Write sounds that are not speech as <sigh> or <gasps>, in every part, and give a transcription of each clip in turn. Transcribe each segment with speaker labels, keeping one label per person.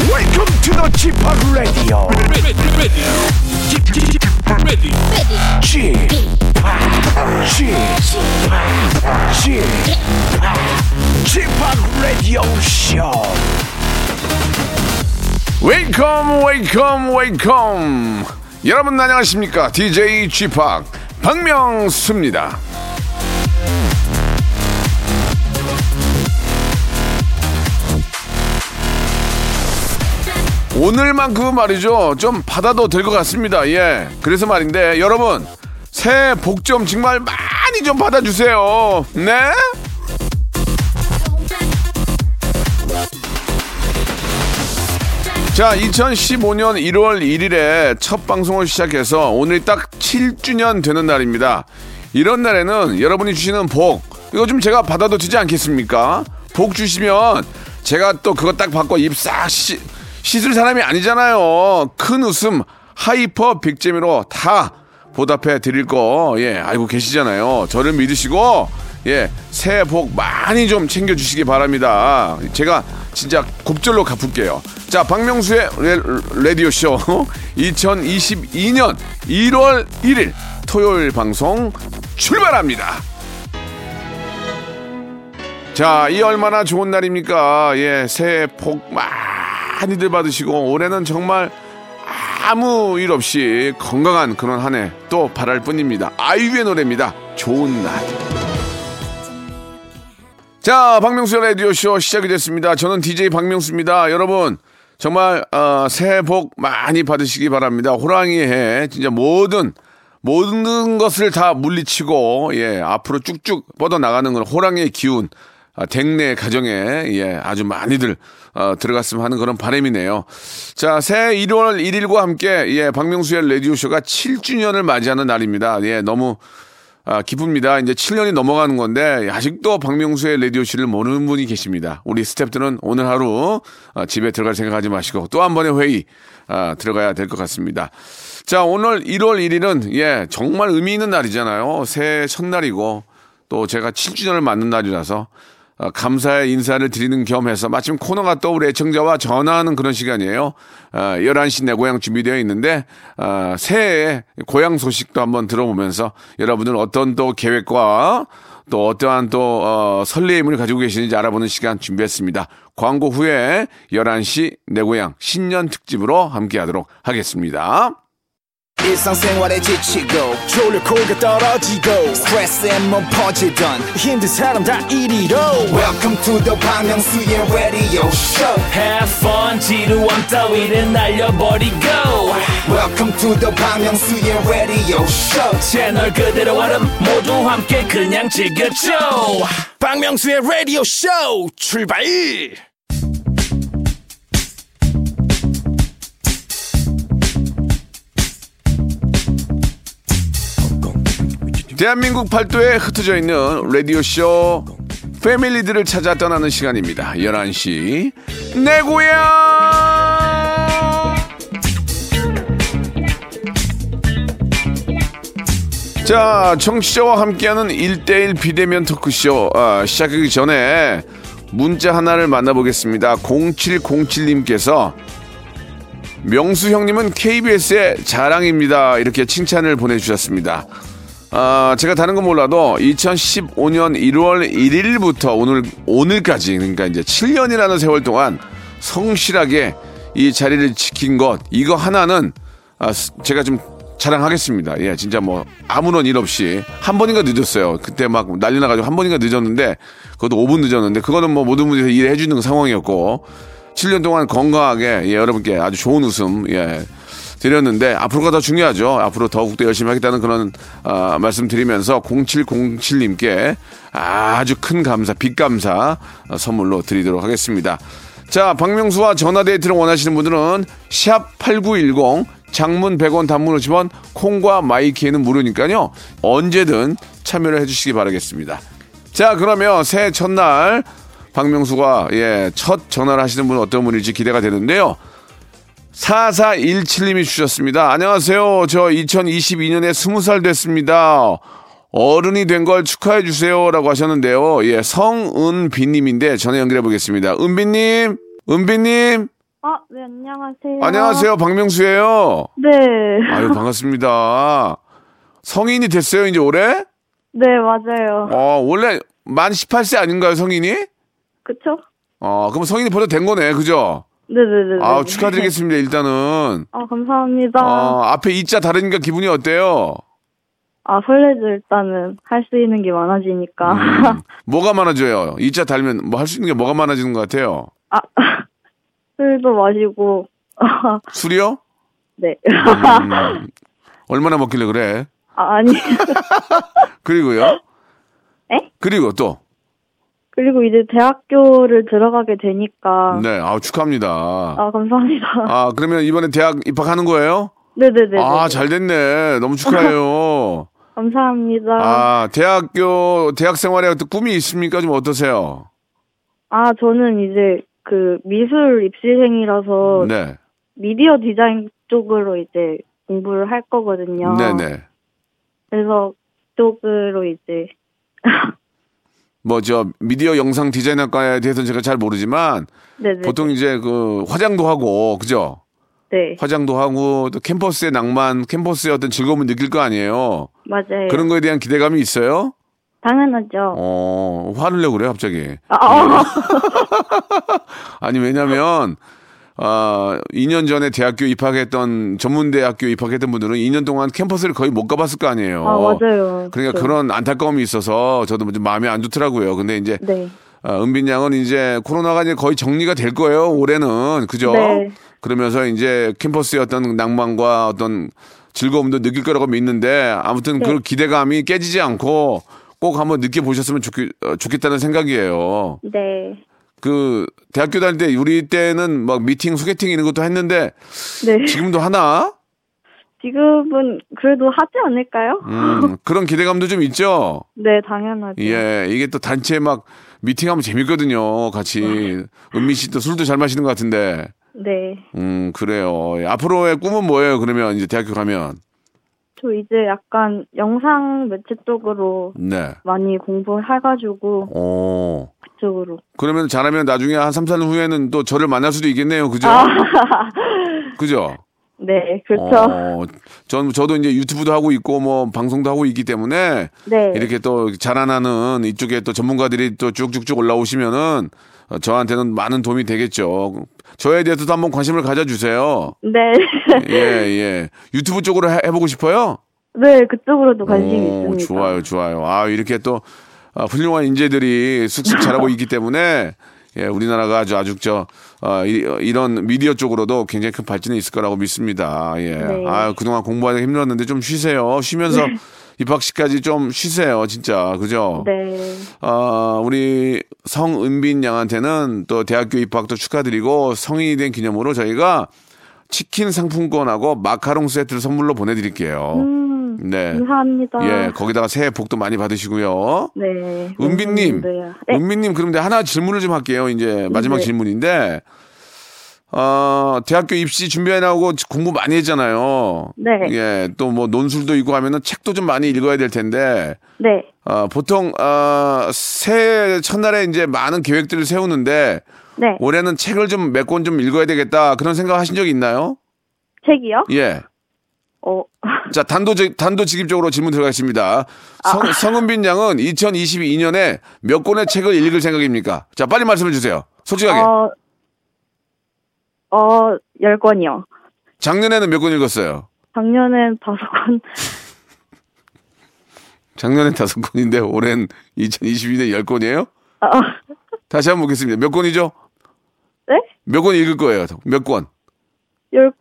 Speaker 1: to the Chip Radio.
Speaker 2: ready, ready, ready,
Speaker 1: Chip, Chip, Chip, Chip Radio Show.
Speaker 3: 웨이컴 웨이컴 웨이컴 여러분 안녕하십니까 DJ g 팍 박명수입니다 오늘만큼은 말이죠 좀 받아도 될 것 같습니다 예 그래서 말인데 여러분 새해 복 좀 정말 많이 좀 받아주세요 네 자, 2015년 1월 1일에 첫 방송을 시작해서 오늘 딱 7주년 되는 날입니다. 이런 날에는 여러분이 주시는 복, 이거 좀 제가 받아도 되지 않겠습니까? 복 주시면 제가 또 그거 딱 받고 입 싹 씻을 사람이 아니잖아요. 큰 웃음, 하이퍼 빅재미로 다 보답해 드릴 거, 예, 알고 계시잖아요. 저를 믿으시고, 예, 새해 복 많이 좀 챙겨주시기 바랍니다. 제가 진짜 곱절로 갚을게요. 자, 박명수의 레, 디오쇼 <laughs> 2022년 1월 1일 토요일 방송 출발합니다. 자, 이 얼마나 좋은 날입니까? 예, 새해 복 많이들 받으시고 올해는 정말 아무 일 없이 건강한 그런 한 해 또 바랄 뿐입니다. 아이유의 노래입니다. 좋은 날. 자, 박명수의 라디오쇼 시작이 됐습니다. 저는 DJ 박명수입니다. 여러분, 정말, 어, 새해 복 많이 받으시기 바랍니다. 호랑이 해, 진짜 모든, 모든 것을 다 물리치고, 예, 앞으로 쭉쭉 뻗어나가는 건 호랑이의 기운, 아, 댕내 가정에, 예, 아주 많이들, 어, 들어갔으면 하는 그런 바람이네요. 자, 새해 1월 1일과 함께, 예, 박명수의 라디오쇼가 7주년을 맞이하는 날입니다. 예, 너무, 아, 기쁩니다. 이제 7년이 넘어가는 건데 아직도 박명수의 라디오 씨를 모르는 분이 계십니다. 우리 스탭들은 오늘 하루 아, 집에 들어갈 생각하지 마시고 또 한 번의 회의 아, 들어가야 될 것 같습니다. 자, 오늘 1월 1일은 예, 정말 의미 있는 날이잖아요. 새해 첫날이고 또 제가 7주년을 맞는 날이라서 아, 감사의 인사를 드리는 겸해서 마침 코너가 또 우리 애청자와 전화하는 그런 시간이에요. 아, 11시 내 고향 준비되어 있는데 아, 새해 고향 소식도 한번 들어보면서 여러분들 어떤 또 계획과 또 어떠한 또 어, 설레임을 가지고 계시는지 알아보는 시간 준비했습니다. 광고 후에 11시 내 고향 신년 특집으로 함께하도록 하겠습니다.
Speaker 4: 일상생활에 지치고, 졸려 코가 떨어지고, 스트레스에 몸 퍼지던, 힘든 사람 다 이리로. welcome to the Bang Myung-soo's radio show
Speaker 5: Have fun 지루함 따위를 날려버리고
Speaker 4: welcome to the Bang Myung-soo's radio show
Speaker 5: 채널 그대로 얼음 모두 함께 그냥 즐겨줘
Speaker 2: 박명수의 라디오 쇼 출발!
Speaker 3: 대한민국 팔도에 흩어져 있는 라디오쇼 패밀리들을 찾아 떠나는 시간입니다. 11시 내 고향 자 청취자와 함께하는 1대1 비대면 토크쇼 아, 시작하기 전에 문자 하나를 만나보겠습니다. 0707님께서 명수 형님은 KBS의 자랑입니다. 이렇게 칭찬을 보내주셨습니다. 아, 제가 다른 건 몰라도 2015년 1월 1일부터 오늘 오늘까지 그러니까 이제 7년이라는 세월 동안 성실하게 이 자리를 지킨 것 이거 하나는 아, 스- 제가 좀 자랑하겠습니다. 예, 진짜 뭐 아무런 일 없이 한 번인가 늦었어요. 그때 막 난리 나가지고 한 번인가 늦었는데 그것도 5분 늦었는데 그거는 뭐 모든 분들이 일해 주는 상황이었고 7년 동안 건강하게 예, 여러분께 아주 좋은 웃음 예, 드렸는데 앞으로가 더 중요하죠. 앞으로 더욱더 열심히 하겠다는 그런 아, 말씀드리면서 0707님께 아주 큰 감사, 빚감사 어, 선물로 드리도록 하겠습니다. 자, 박명수와 전화 데이트를 원하시는 분들은 샵 8910 장문 100원 단문 50원 콩과 마이키에는 무료니까요. 언제든 참여를 해 주시기 바라겠습니다. 자, 그러면 새해 첫날 박명수가 예, 첫 전화를 하시는 분은 어떤 분일지 기대가 되는데요. 4417님이 주셨습니다. 안녕하세요. 저 2022년에 20살 됐습니다. 어른이 된 걸 축하해 주세요라고 하셨는데요. 예, 성은비님인데 전화 연결해 보겠습니다. 은비님, 은비님,
Speaker 6: 어,
Speaker 7: 아, 네, 안녕하세요.
Speaker 3: 안녕하세요, 박명수예요.
Speaker 7: 네.
Speaker 3: 아유 반갑습니다. 성인이 됐어요 이제 올해?
Speaker 7: <laughs> 네, 맞아요.
Speaker 3: 어 원래 만 18세 아닌가요 성인이?
Speaker 7: 그쵸?
Speaker 3: 어 그럼 성인이 벌써 된 거네 그죠?
Speaker 7: 네네네.
Speaker 3: 아 축하드리겠습니다 일단은.
Speaker 7: 아, 감사합니다.
Speaker 3: 어 앞에 이자 다르니까 기분이 어때요?
Speaker 7: 아, 설레죠, 일단은. 할 수 있는 게 많아지니까.
Speaker 3: 음. 뭐가 많아져요? 이자 달면 뭐 할 수 있는 게 뭐가 많아지는 것 같아요?
Speaker 7: <laughs> 아, <laughs> 술도 마시고. <laughs>
Speaker 3: 술이요?
Speaker 7: 네. <laughs>
Speaker 3: 음, 얼마나 먹길래 그래?
Speaker 7: 아, 아니. <laughs>
Speaker 3: 그리고요?
Speaker 7: 에?
Speaker 3: 그리고 또.
Speaker 7: 그리고 이제 대학교를 들어가게 되니까.
Speaker 3: 네, 아 축하합니다.
Speaker 7: 아, 감사합니다.
Speaker 3: 아, 그러면 이번에 대학 입학하는 거예요?
Speaker 7: <laughs> 네네네. 어.
Speaker 3: 아, 잘 됐네. 너무
Speaker 7: <laughs>
Speaker 3: 축하해요.
Speaker 7: 감사합니다. 아.
Speaker 3: 아, 대학교, 대학 생활에 어떤 꿈이 있습니까? 좀 어떠세요?
Speaker 7: 아, 저는 이제 그 미술 입시생이라서
Speaker 3: 네.
Speaker 7: 미디어 디자인 쪽으로 이제 공부를 할 거거든요.
Speaker 3: 네네.
Speaker 7: 그래서 쪽으로 이제
Speaker 3: 뭐, 저, 미디어 영상 디자인학과에 대해서는 제가 잘 모르지만,
Speaker 7: 네네
Speaker 3: 보통 이제 그, 화장도 하고, 그죠?
Speaker 7: 네
Speaker 3: 화장도 하고, 또 캠퍼스의 낭만, 캠퍼스의 어떤 즐거움을 느낄 거 아니에요?
Speaker 7: 맞아요.
Speaker 3: 그런 거에 대한 기대감이 있어요?
Speaker 7: 당연하죠.
Speaker 3: 어, 음, 화를 내고 그래요, 갑자기.
Speaker 7: 아, 어.
Speaker 3: 아니 왜냐면 아 2년 전에 대학교 입학했던 전문대학교 입학했던 분들은 2년 동안 캠퍼스를 거의 못 가봤을 거 아니에요.
Speaker 7: 아 맞아요.
Speaker 3: 그러니까
Speaker 7: 그쵸.
Speaker 3: 그런 안타까움이 있어서 저도 좀 마음이 안 좋더라고요. 근데 이제
Speaker 7: 네
Speaker 3: 아, 은빈 양은 이제 코로나가 이제 거의 정리가 될 거예요. 올해는 그죠?
Speaker 7: 네.
Speaker 3: 그러면서 이제 캠퍼스의 어떤 낭만과 어떤 즐거움도 느낄 거라고 믿는데 아무튼 그 기대감이 깨지지 않고 꼭 한번 느껴보셨으면 좋겠, 어, 좋겠다는 생각이에요.
Speaker 7: 네.
Speaker 3: 그 대학교 다닐 때 우리 때는 막 미팅 소개팅 이런 것도 했는데
Speaker 7: 네.
Speaker 3: 지금도 하나
Speaker 7: 지금은 그래도 하지 않을까요?
Speaker 3: 음, 그런 기대감도 좀 있죠.
Speaker 7: 네 당연하죠.
Speaker 3: 예, 이게 또 단체에 막 미팅하면 재밌거든요. 같이 은미 씨도 술도 잘 마시는 것 같은데,
Speaker 7: 네.
Speaker 3: 음 그래요. 예, 앞으로의 꿈은 뭐예요? 그러면 이제 대학교 가면
Speaker 7: 저 이제 약간 영상 매체 쪽으로
Speaker 3: 네.
Speaker 7: 많이 공부해가지고
Speaker 3: 오
Speaker 7: 그쪽으로.
Speaker 3: 그러면 잘하면 나중에 한 3, 4년 후에는 또 저를 만날 수도 있겠네요. 그죠? 그죠?
Speaker 7: 아, 네 그렇죠.
Speaker 3: 어, 전 저도 이제 유튜브도 하고 있고 뭐 방송도 하고 있기 때문에
Speaker 7: 네.
Speaker 3: 이렇게 또 자라나는 이쪽에 또 전문가들이 또 쭉쭉쭉 올라오시면은 어, 저한테는 많은 도움이 되겠죠. 저에 대해서도 한번 관심을 가져주세요.
Speaker 7: 네. <laughs>
Speaker 3: 예, 예. 유튜브 쪽으로 해, 보고 싶어요?
Speaker 7: 네 그쪽으로도 관심이
Speaker 3: 오,
Speaker 7: 있습니다.
Speaker 3: 좋아요, 좋아요. 아, 이렇게 또 아, 훌륭한 인재들이 쑥쑥 자라고 있기 때문에 예, 우리나라가 아주 아주 저 아, 이, 이런 미디어 쪽으로도 굉장히 큰 발전이 있을 거라고 믿습니다. 예.
Speaker 7: 네.
Speaker 3: 아, 그동안 공부하기 힘들었는데 좀 쉬세요. 쉬면서 <laughs> 입학식까지 좀 쉬세요, 진짜.
Speaker 6: 어?
Speaker 3: 그죠?
Speaker 7: 네.
Speaker 3: 아, 우리 성은빈 양한테는 또 대학교 입학도 축하드리고 성인이 된 기념으로 저희가 치킨 상품권하고 마카롱 세트를 선물로 보내드릴게요.
Speaker 7: 음,
Speaker 3: 네.
Speaker 7: 감사합니다.
Speaker 3: 예, 거기다가 새해 복도 많이 받으시고요.
Speaker 7: 네.
Speaker 3: 은빈님,
Speaker 7: 네. 네.
Speaker 3: 은빈님, 그럼 이제 하나 질문을 좀 할게요. 이제 마지막
Speaker 7: 네.
Speaker 3: 질문인데, 어, 대학교 입시 준비해 나오고 공부 많이 했잖아요.
Speaker 7: 네.
Speaker 3: 예, 또 뭐 논술도 있고 하면은 책도 좀 많이 읽어야 될 텐데,
Speaker 7: 네.
Speaker 3: 어, 보통, 어, 새해 첫날에 이제 많은 계획들을 세우는데,
Speaker 7: 네.
Speaker 3: 올해는 책을 좀 몇 권 좀 읽어야 되겠다. 그런 생각 하신 적 있나요?
Speaker 7: 책이요?
Speaker 3: 예.
Speaker 7: 어,
Speaker 3: 자, 단도직, 단도직입적으로 질문 들어가겠습니다.
Speaker 7: 아.
Speaker 3: 성, 성은빈 양은 2022년에 몇 권의 책을 읽을 생각입니까? 자, 빨리 말씀해 주세요. 솔직하게.
Speaker 7: 어, 어, 열 권이요.
Speaker 3: 작년에는 몇 권 읽었어요?
Speaker 7: 작년엔 다섯 권.
Speaker 3: 작년엔 다섯 권인데 올해는 2022년에 열 권이에요?
Speaker 7: 아, 어,
Speaker 3: 다시 한번 묻겠습니다. 몇 권이죠?
Speaker 7: 네?
Speaker 3: 몇 권 읽을 거예요? 몇 권?
Speaker 7: 열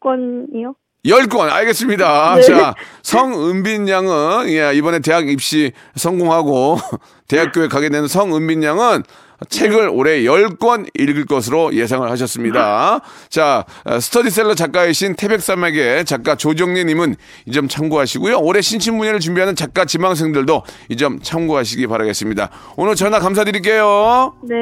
Speaker 7: 권이요?
Speaker 3: 열 권 알겠습니다.
Speaker 7: 네.
Speaker 3: 자, 성은빈 양은, 예, 이번에 대학 입시 성공하고, <laughs> 대학교에 가게 되는 성은빈 양은 책을 올해 열 권 읽을 것으로 예상을 하셨습니다. 자, 어, 스터디셀러 작가이신 태백삼에게 작가 조정래님은 이 점 참고하시고요. 올해 신춘문예를 준비하는 작가 지망생들도 이 점 참고하시기 바라겠습니다. 오늘 전화 감사드릴게요.
Speaker 7: 네.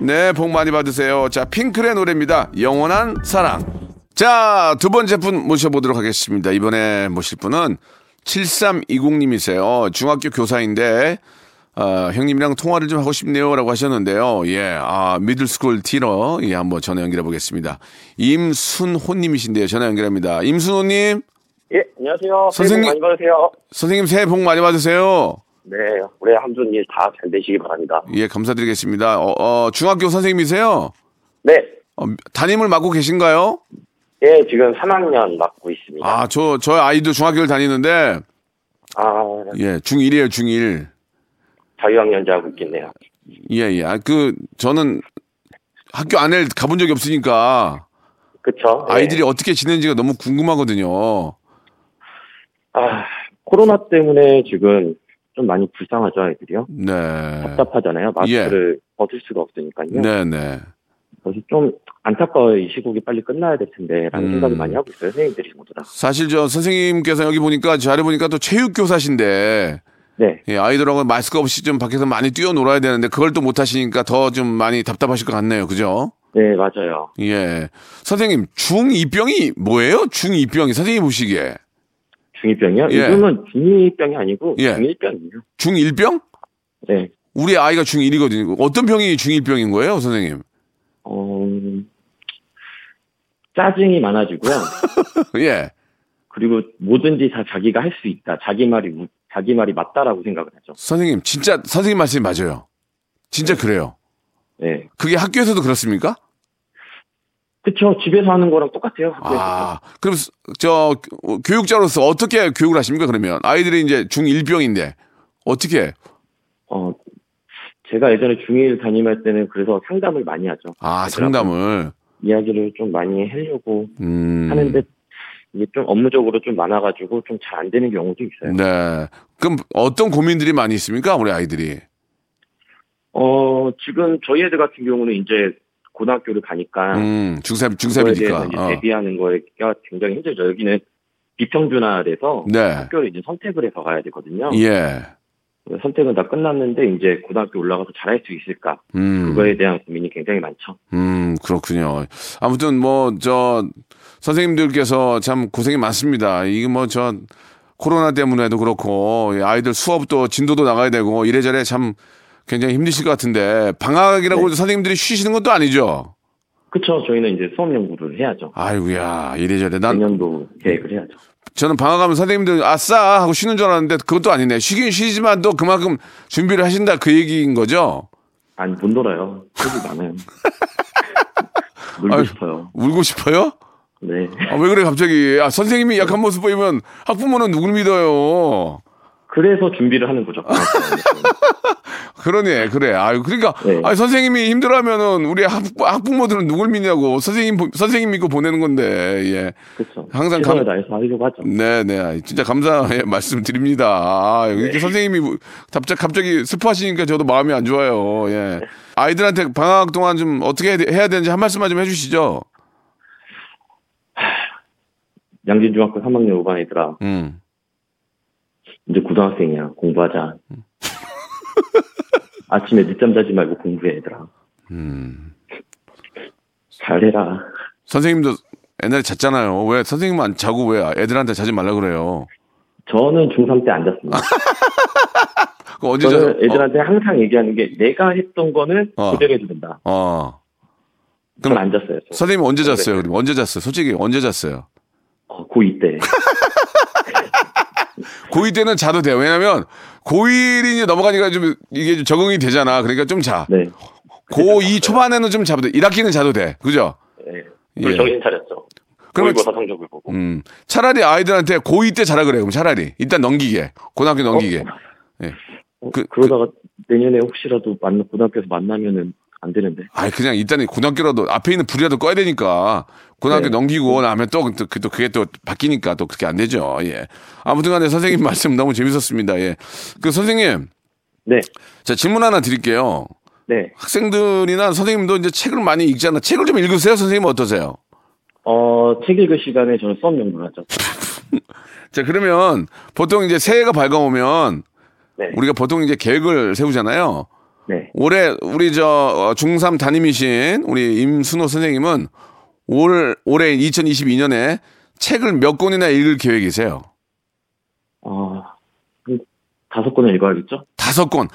Speaker 3: 네, 복 많이 받으세요. 자, 핑클의 노래입니다. 영원한 사랑. 자, 두 번째 분 모셔보도록 하겠습니다. 이번에 모실 분은 7320님이세요. 중학교 교사인데, 아, 형님이랑 통화를 좀 하고 싶네요라고 하셨는데요. 예, 아 미들스쿨 티러 예 한번 전화 연결해 보겠습니다. 임순호님이신데요. 전화 연결합니다. 임순호님
Speaker 8: 예, 안녕하세요.
Speaker 3: 선생님.
Speaker 8: 새해 복 많이 받으세요.
Speaker 3: 선생님 새해 복 많이 받으세요.
Speaker 8: 네, 올해 함준 일 다 잘 되시기 바랍니다.
Speaker 3: 예, 감사드리겠습니다. 어, 어, 중학교 선생님이세요?
Speaker 8: 네,
Speaker 3: 어, 담임을 맡고 계신가요?
Speaker 8: 예, 지금 3학년 맡고 있습니다.
Speaker 3: 아, 저, 저 아이도 중학교를 다니는데,
Speaker 8: 아,
Speaker 3: 예, 중1이에요, 중1.
Speaker 8: 자유학년제 하고 있겠네요.
Speaker 3: 예, 예. 아, 그, 저는 학교 안에 가본 적이 없으니까
Speaker 8: 그쵸? 예.
Speaker 3: 아이들이 어떻게 지내는지가 너무 궁금하거든요.
Speaker 8: 아, 코로나 때문에 지금 좀 많이 불쌍하죠, 아이들이요?
Speaker 3: 네. 예.
Speaker 8: 답답하잖아요. 마스크를 벗을 수가 없으니까요.
Speaker 3: 네네.
Speaker 8: 그래서 좀 안타까워요. 이 시국이 빨리 끝나야 될 텐데, 라는
Speaker 3: 음.
Speaker 8: 생각을 많이 하고 있어요. 선생님들이 모두 다.
Speaker 3: 사실 저 선생님께서 여기 보니까 잘해보니까 또 체육교사신데,
Speaker 8: 네,
Speaker 3: 예, 아이들하고 마스크 없이 좀 밖에서 많이 뛰어놀아야 되는데, 그걸 또 못하시니까 더 좀 많이 답답하실 것 같네요. 그죠?
Speaker 8: 네, 맞아요.
Speaker 3: 예. 선생님, 중2병이 뭐예요? 중2병이, 선생님 보시기에.
Speaker 8: 중2병이요?
Speaker 3: 예.
Speaker 8: 요즘은 중2병이 아니고
Speaker 3: 예.
Speaker 8: 중1병이에요.
Speaker 3: 중1병?
Speaker 8: 네.
Speaker 3: 우리 아이가 중1이거든요. 어떤 병이 중1병인 거예요,
Speaker 8: <laughs>
Speaker 3: 선생님?
Speaker 8: 어,
Speaker 3: <laughs>
Speaker 8: 짜증이 많아지고요.
Speaker 3: 예.
Speaker 8: 그리고 뭐든지 다 자기가 할 수 있다. 자기 말이 우- 자기 말이 맞다라고 생각을 하죠.
Speaker 3: 선생님, 진짜, 선생님 말씀이 맞아요. 진짜 그래요.
Speaker 8: 네.
Speaker 3: 그게 학교에서도 그렇습니까?
Speaker 8: 그쵸. 집에서 하는 거랑 똑같아요. 학교에서.
Speaker 3: 아, 그럼, 스- 저, 교- 교육자로서 어떻게 교육을 하십니까, 그러면? 아이들이 이제 중1병인데, 어떻게?
Speaker 8: 어, 제가 예전에 중1 담임할 때는 그래서 상담을 많이 하죠.
Speaker 3: 아, 상담을.
Speaker 8: 이야기를 좀 많이 하려고
Speaker 3: 음.
Speaker 8: 하는데 이게 좀 업무적으로 좀 많아가지고 좀 잘 안 되는 경우도 있어요.
Speaker 3: 네. 그럼 어떤 고민들이 많이 있습니까, 우리 아이들이?
Speaker 8: 어, 지금 저희 애들 같은 경우는 이제 고등학교를 가니까
Speaker 3: 음, 중삼,
Speaker 8: 아. 그거에
Speaker 3: 중삼이니까. 어.
Speaker 8: 대해서 뭐 이제 대비하는 거가 굉장히 힘들죠. 여기는 비평준화돼서
Speaker 3: 네.
Speaker 8: 학교를 이제 선택을 해서 가야 되거든요.
Speaker 3: 예.
Speaker 8: 선택은 다 끝났는데 이제 고등학교 올라가서 잘할 수 있을까
Speaker 3: 음.
Speaker 8: 그거에 대한 고민이 굉장히 많죠.
Speaker 3: 음, 그렇군요. 아무튼 뭐 저 선생님들께서 참 고생이 많습니다. 이게 뭐 저 코로나 때문에도 그렇고 이 아이들 수업도 진도도 나가야 되고 이래저래 참 굉장히 힘드실 것 같은데 방학이라고 선생님들이 쉬시는 것도 아니죠.
Speaker 8: 그쵸? 저희는 이제 수업 연구를 해야죠.
Speaker 3: 아이고야 예. 이래저래 난
Speaker 8: 내년도 계획을 해야죠.
Speaker 3: 저는 방학하면 선생님들 아싸 하고 쉬는 줄 알았는데 그것도 아니네. 쉬긴 쉬지만 또 그만큼 준비를 하신다 그 얘기인 거죠.
Speaker 8: 아니 못 놀아요. 수업이
Speaker 3: <laughs>
Speaker 8: 많아요. 놀고
Speaker 3: 아유.
Speaker 8: 싶어요.
Speaker 3: 울고 싶어요?
Speaker 8: 네.
Speaker 3: 아, 왜 그래 갑자기? 아, 선생님이 약한 모습 보이면 학부모는 누굴 믿어요?
Speaker 8: 그래서 준비를 하는
Speaker 3: <laughs>
Speaker 8: 거죠. 그렇죠.
Speaker 3: 그러네, 그래. 아유, 그러니까,
Speaker 8: 네.
Speaker 3: 아니, 선생님이 힘들어하면은 우리 학부, 학부모들은 누굴 믿냐고. 선생님, 보- 선생님 믿고 보내는 건데, 예.
Speaker 8: 그렇죠.
Speaker 3: 항상 음.
Speaker 8: 시간을
Speaker 3: 감-
Speaker 8: 다해서 하려고 하죠.
Speaker 3: 네네. 아이, 진짜 감사의 <laughs> 말씀 드립니다. 아,
Speaker 8: 네.
Speaker 3: 이렇게 선생님이 갑자기, 갑자기 슬퍼하시니까 저도 마음이 안 좋아요. 예. 아이들한테 방학 동안 좀 어떻게 해야 돼- 해야 되는지 한 말씀만 좀 해주시죠.
Speaker 8: 양진중학교 3학년 5반 애들아
Speaker 3: 음.
Speaker 8: 이제 고등학생이야.
Speaker 3: <laughs>
Speaker 8: 공부하자. 아침에 늦잠 자지 말고 공부해, 얘들아. 잘해라.
Speaker 3: 음. 선생님도 옛날에 잤잖아요. 왜 선생님은 안 자고 왜 애들한테 자지 말라 그래요?
Speaker 8: 저는 중3 때 안 잤습니다.
Speaker 3: 아, 그 언제 자
Speaker 8: 저는 애들한테 항상 얘기하는 게 내가 했던 거는
Speaker 3: 어.
Speaker 8: 그대로 해도 된다.
Speaker 3: 어. 어. 그럼-
Speaker 8: 저는 안 잤어요. 저.
Speaker 3: 선생님 언제 잤어요? 그럼 언제 잤어요? 솔직히 언제 잤어요?
Speaker 8: 어, 고2 때.
Speaker 3: 고2 때는 자도 돼요. 왜냐면 고1이 넘어가니까 좀 이게 좀 적응이 되잖아. 그러니까 좀 자.
Speaker 8: 네.
Speaker 3: 고2 초반에는 좀 자도 돼. 1학기는 자도 돼. 그죠?
Speaker 8: 네.
Speaker 3: 예.
Speaker 8: 물 정신 차렸죠.
Speaker 3: 그러면
Speaker 8: 모의고사 성적을 보고.
Speaker 3: 음. 차라리 아이들한테 고2 때 자라 그래. 그럼 차라리. 일단 넘기게. 고등학교 넘기게.
Speaker 8: 어,
Speaker 3: 그-
Speaker 8: 그러다가 내년에 혹시라도 만나, 고등학교에서 만나면은 안 되는데.
Speaker 3: 아이 그냥 일단은 고등학교라도 앞에 있는 불이라도 꺼야 되니까 고등학교
Speaker 8: 네.
Speaker 3: 넘기고 나면 또, 또, 그- 또 그게 또 바뀌니까 또 그렇게 안 되죠. 예. 아무튼간에 선생님 <laughs> 말씀 너무 재밌었습니다. 예. 그 선생님,
Speaker 8: 네.
Speaker 3: 자 질문 하나 드릴게요.
Speaker 8: 네.
Speaker 3: 학생들이나 선생님도 이제 책을 많이 읽잖아. 책을 좀 읽으세요, 선생님 어떠세요?
Speaker 8: 어, 책 읽을 시간에 저는 수업 연구를 하죠.
Speaker 3: 자, 그러면 보통 이제 새해가 밝아오면
Speaker 8: 네.
Speaker 3: 우리가 보통 이제 계획을 세우잖아요.
Speaker 8: 네.
Speaker 3: 올해 우리 저중 어, 삼 담임이신 우리 임순호 선생님은 올 올해 2022년에 책을 몇 권이나 읽을 계획이세요?
Speaker 8: 어, 한 다섯 권을 읽어야겠죠?
Speaker 3: 다섯 권.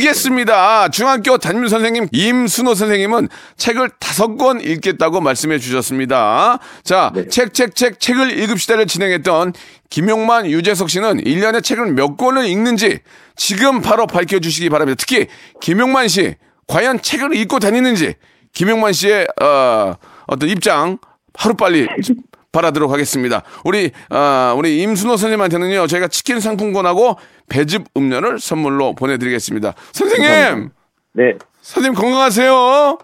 Speaker 3: 알겠습니다. 중학교 담임 선생님 임순호 선생님은 책을 다섯 권 읽겠다고 말씀해 주셨습니다. 자,
Speaker 8: 네.
Speaker 3: 책, 책, 책, 책을 읽읍시다를 진행했던 김용만, 유재석 씨는 1년에 책을 몇 권을 읽는지 지금 바로 밝혀주시기 바랍니다. 특히 김용만 씨, 과연 책을 읽고 다니는지 김용만 씨의 어, 어떤 입장 하루빨리 바라도록 하겠습니다. 우리 아, 우리 임순호 선생님한테는요 저희가 치킨 상품권하고 배즙 음료를 선물로 보내드리겠습니다. 선생님,
Speaker 8: 네.
Speaker 3: 선생님 건강하세요.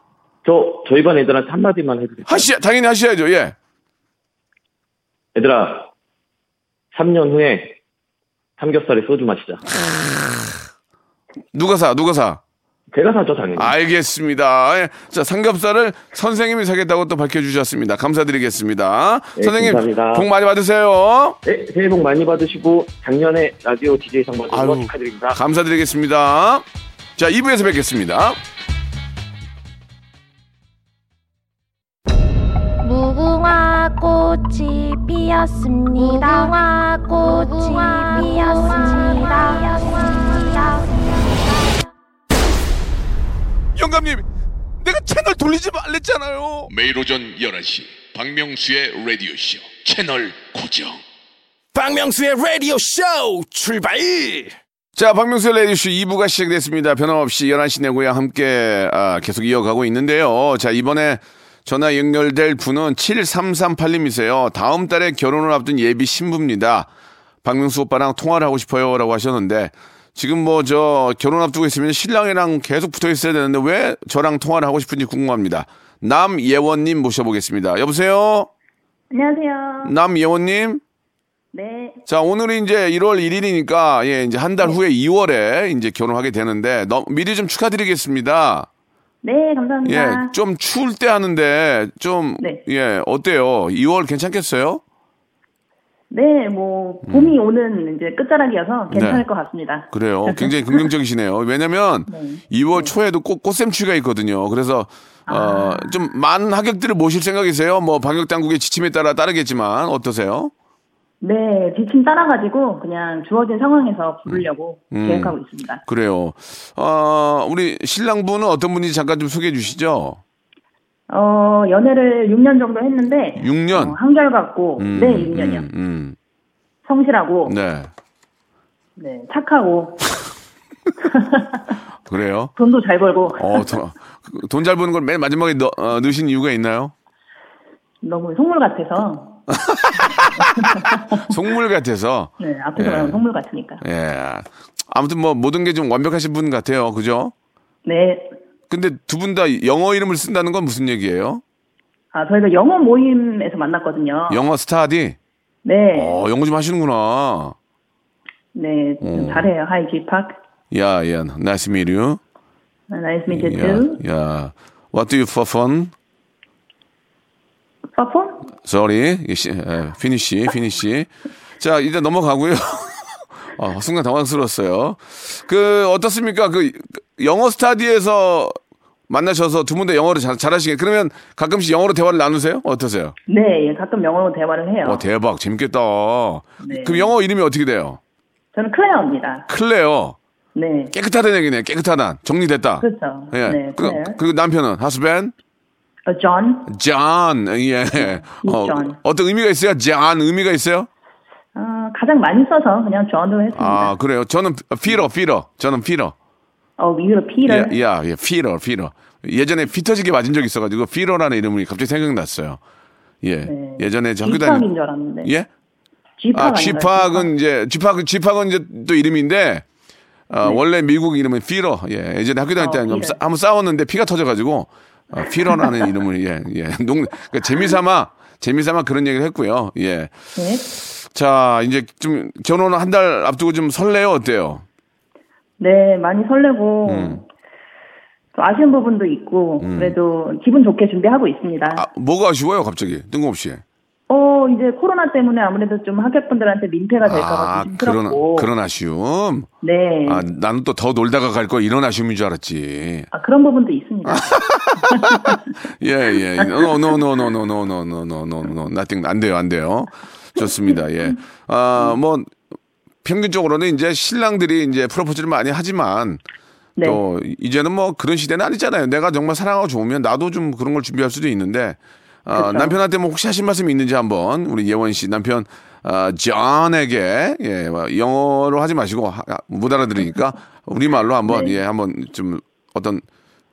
Speaker 8: 저, 저희 반 애들한테 한마디만 해드릴게요.
Speaker 3: 하시 당연히 하셔야죠. 예.
Speaker 8: 얘들아, 3년 후에 삼겹살에 소주 마시자.
Speaker 3: 누가 사? 누가 사?
Speaker 8: 제가 사죠, 당연히.
Speaker 3: 알겠습니다. 예. 자 삼겹살을 선생님이 사겠다고 또 밝혀주셨습니다. 감사드리겠습니다.
Speaker 8: 네,
Speaker 3: 선생님
Speaker 8: 감사합니다.
Speaker 3: 복 많이 받으세요.
Speaker 8: 네, 새해 복 많이 받으시고, 작년에 라디오 DJ 상 받으신 거
Speaker 3: 아유,
Speaker 8: 축하드립니다.
Speaker 3: 감사드리겠습니다. 자 2부에서 뵙겠습니다.
Speaker 9: 무궁화 꽃이 피었습니다. 무궁화 꽃이 피었습니다.
Speaker 3: 영감님, 내가 채널 돌리지 말랬잖아요.
Speaker 10: 매일 오전 11시 박명수의 라디오쇼 채널 고정
Speaker 2: 박명수의 라디오 쇼 출발!
Speaker 3: 자, 박명수의 레디쇼 2부가 시작됐습니다. 변함없이 11시 내고야 함께 아, 계속 이어가고 있는데요. 자, 이번에 전화 연결될 분은 7338님이세요. 다음 달에 결혼을 앞둔 예비 신부입니다. 박명수 오빠랑 통화를 하고 싶어요. 라고 하셨는데, 지금 뭐 저 결혼 앞두고 있으면 신랑이랑 계속 붙어 있어야 되는데, 왜 저랑 통화를 하고 싶은지 궁금합니다. 남예원님 모셔보겠습니다. 여보세요?
Speaker 6: 안녕하세요.
Speaker 3: 남예원님?
Speaker 6: 네.
Speaker 3: 자, 오늘이 이제 1월 1일이니까, 예, 이제 한 달 후에 2월에 이제 결혼하게 되는데, 너, 미리 좀 축하드리겠습니다.
Speaker 6: 네,
Speaker 3: 예,
Speaker 6: 감사합니다.
Speaker 3: 좀 추울 때 하는데, 좀,
Speaker 6: 네.
Speaker 3: 예, 어때요? 2월 괜찮겠어요?
Speaker 6: 네, 뭐 봄이 오는 이제 끝자락이어서 괜찮을
Speaker 3: 음. 네.
Speaker 6: 것 같습니다.
Speaker 3: 그래요. 굉장히 긍정적이시네요. 왜냐면, 2월
Speaker 6: 네.
Speaker 3: 초에도 꽃, 꽃샘추위가 있거든요. 그래서,
Speaker 6: 아.
Speaker 3: 어, 좀 많은 하객들을 모실 생각이세요? 뭐, 방역당국의 지침에 따라 따르겠지만, 어떠세요?
Speaker 6: 네, 지침 따라가지고 그냥 주어진 상황에서 부르려고
Speaker 3: 음.
Speaker 6: 계획하고 있습니다.
Speaker 3: 그래요. 어, 우리 신랑분은 어떤 분인지 잠깐 좀 소개해 주시죠.
Speaker 6: 어, 연애를 6년 정도 했는데
Speaker 3: 6년?
Speaker 6: 어, 한결같고 네, 6년이요.
Speaker 3: 음,
Speaker 6: 성실하고
Speaker 3: 음.
Speaker 6: <laughs>
Speaker 3: 네.
Speaker 6: 네, 착하고
Speaker 3: 그래요?
Speaker 6: 돈도 잘 벌고
Speaker 3: 어, 돈 잘 버는 걸 맨 마지막에 넣, 어, 넣으신 이유가 있나요?
Speaker 6: 너무 속물 같아서
Speaker 3: 속물 같아서.
Speaker 6: <laughs> 네, 앞에서
Speaker 3: 예.
Speaker 6: 말하면 속물 같으니까.
Speaker 3: 예. 아무튼 뭐 모든 게 좀 완벽하신 분 같아요. 그죠?
Speaker 6: 네.
Speaker 3: 근데 두 분 다 영어 이름을 쓴다는 건 무슨 얘기예요?
Speaker 6: 아, 저희가 영어 모임에서 만났거든요.
Speaker 3: 영어 스타디?
Speaker 6: 네.
Speaker 3: 어, 영어 좀 하시는구나.
Speaker 6: 네, 좀
Speaker 3: 어.
Speaker 6: 잘해요. Hi, G-Park.
Speaker 3: 야, 야, nice to meet you.
Speaker 6: Nice meet you
Speaker 3: 야,
Speaker 6: too.
Speaker 3: 야. What do you for fun?
Speaker 6: 퍼포?
Speaker 3: Sorry. 예, 시- 예, 피니쉬, 피니쉬. 자, 이제 넘어가고요. <laughs> 아, 순간 당황스러웠어요. 그, 어떻습니까? 그, 영어 스타디에서 만나셔서 두 분 다 영어를 잘, 잘하시게. 그러면 가끔씩 영어로 대화를 나누세요? 어떠세요?
Speaker 6: 네, 예, 가끔 영어로 대화를 해요.
Speaker 3: 와, 대박. 재밌겠다.
Speaker 6: 네.
Speaker 3: 그럼 영어 이름이 어떻게 돼요?
Speaker 6: 저는 클레어입니다.
Speaker 3: 클레어.
Speaker 6: 네.
Speaker 3: 깨끗하다는 얘기네요. 깨끗하다. 정리됐다.
Speaker 6: 그렇죠.
Speaker 3: 예.
Speaker 6: 네,
Speaker 3: 그,
Speaker 6: 클레어.
Speaker 3: 그리고 남편은? 하스밴?
Speaker 6: 어, John.
Speaker 3: 잔.
Speaker 6: <laughs>
Speaker 3: 예. 어,
Speaker 6: 존.
Speaker 3: 어떤 의미가 있어요? 잔. 의미가 있어요?
Speaker 6: 어, 가장 많이 써서 그냥 John으로 했습니다.
Speaker 3: 아, 그래요. 저는 피러, 피러. 저는 피러.
Speaker 6: 어, 위로 Peter.
Speaker 3: 예, 야, 예, 피러, 피러. 예전에 피 터지게 맞은 적이 있어가지고 피러라는 이름이 갑자기 생각났어요. 예,
Speaker 6: 네.
Speaker 3: 예전에 저 학교
Speaker 6: G-Park인
Speaker 3: 다니.
Speaker 6: 줄 알았는데.
Speaker 3: 예,
Speaker 6: G-Park
Speaker 3: 아,
Speaker 6: 아닌가요?
Speaker 3: 쥐팍은 이제 쥐팍, 쥐팍은 이제 또 이름인데 아,
Speaker 6: 네.
Speaker 3: 원래 미국 이름은 피러. 예, 예전에 학교 다닐 때
Speaker 6: 어,
Speaker 3: 한번
Speaker 6: 피러.
Speaker 3: 싸- 한번 싸웠는데 피가 터져가지고 아,
Speaker 6: <laughs>
Speaker 3: 피러라는 이름을 예, 예, 농, 그러니까 재미삼아. 재미삼아 그런 얘기를 했고요. 예.
Speaker 6: 네.
Speaker 3: 자, 이제 좀 결혼 한 달 앞두고 좀 설레요? 어때요?
Speaker 6: 네, 많이 설레고.
Speaker 3: 음.
Speaker 6: 또 아쉬운 부분도 있고 그래도 기분 좋게 준비하고 있습니다.
Speaker 3: 아, 뭐가 아쉬워요, 갑자기? 뜬금없이.
Speaker 6: 어 이제 코로나 때문에 아무래도 좀 하객분들한테 민폐가 될까봐
Speaker 3: 아,
Speaker 6: 좀
Speaker 3: 그런,
Speaker 6: 힘들었고
Speaker 3: 그런 아쉬움?
Speaker 6: 네
Speaker 3: 아, 나는 또 더 놀다가 갈 거 이런 아쉬움인 줄 알았지.
Speaker 6: 아, 그런 부분도 있습니다.
Speaker 3: 예, 예. No, no, no, no, no, no, no, no, no, no, no. nothing. 안 돼요, 안 돼요. 좋습니다, 예. 아, 뭐, 평균적으로는 이제 신랑들이 이제 프로포즈를 많이 하지만
Speaker 6: 네.
Speaker 3: 또 이제는 뭐 그런 시대는 아니잖아요. 내가 정말 사랑하고 좋으면 나도 좀 그런 걸 준비할 수도 있는데 아,
Speaker 6: 그렇죠.
Speaker 3: 남편한테 뭐 혹시 하신 말씀이 있는지 한번 우리 예원 씨 남편 아, 존에게 예, 뭐 영어로 하지 마시고 하- 아, 못
Speaker 6: <laughs>
Speaker 3: 알아들으니까 우리 말로 한번
Speaker 6: 네.
Speaker 3: 예 한번 좀 어떤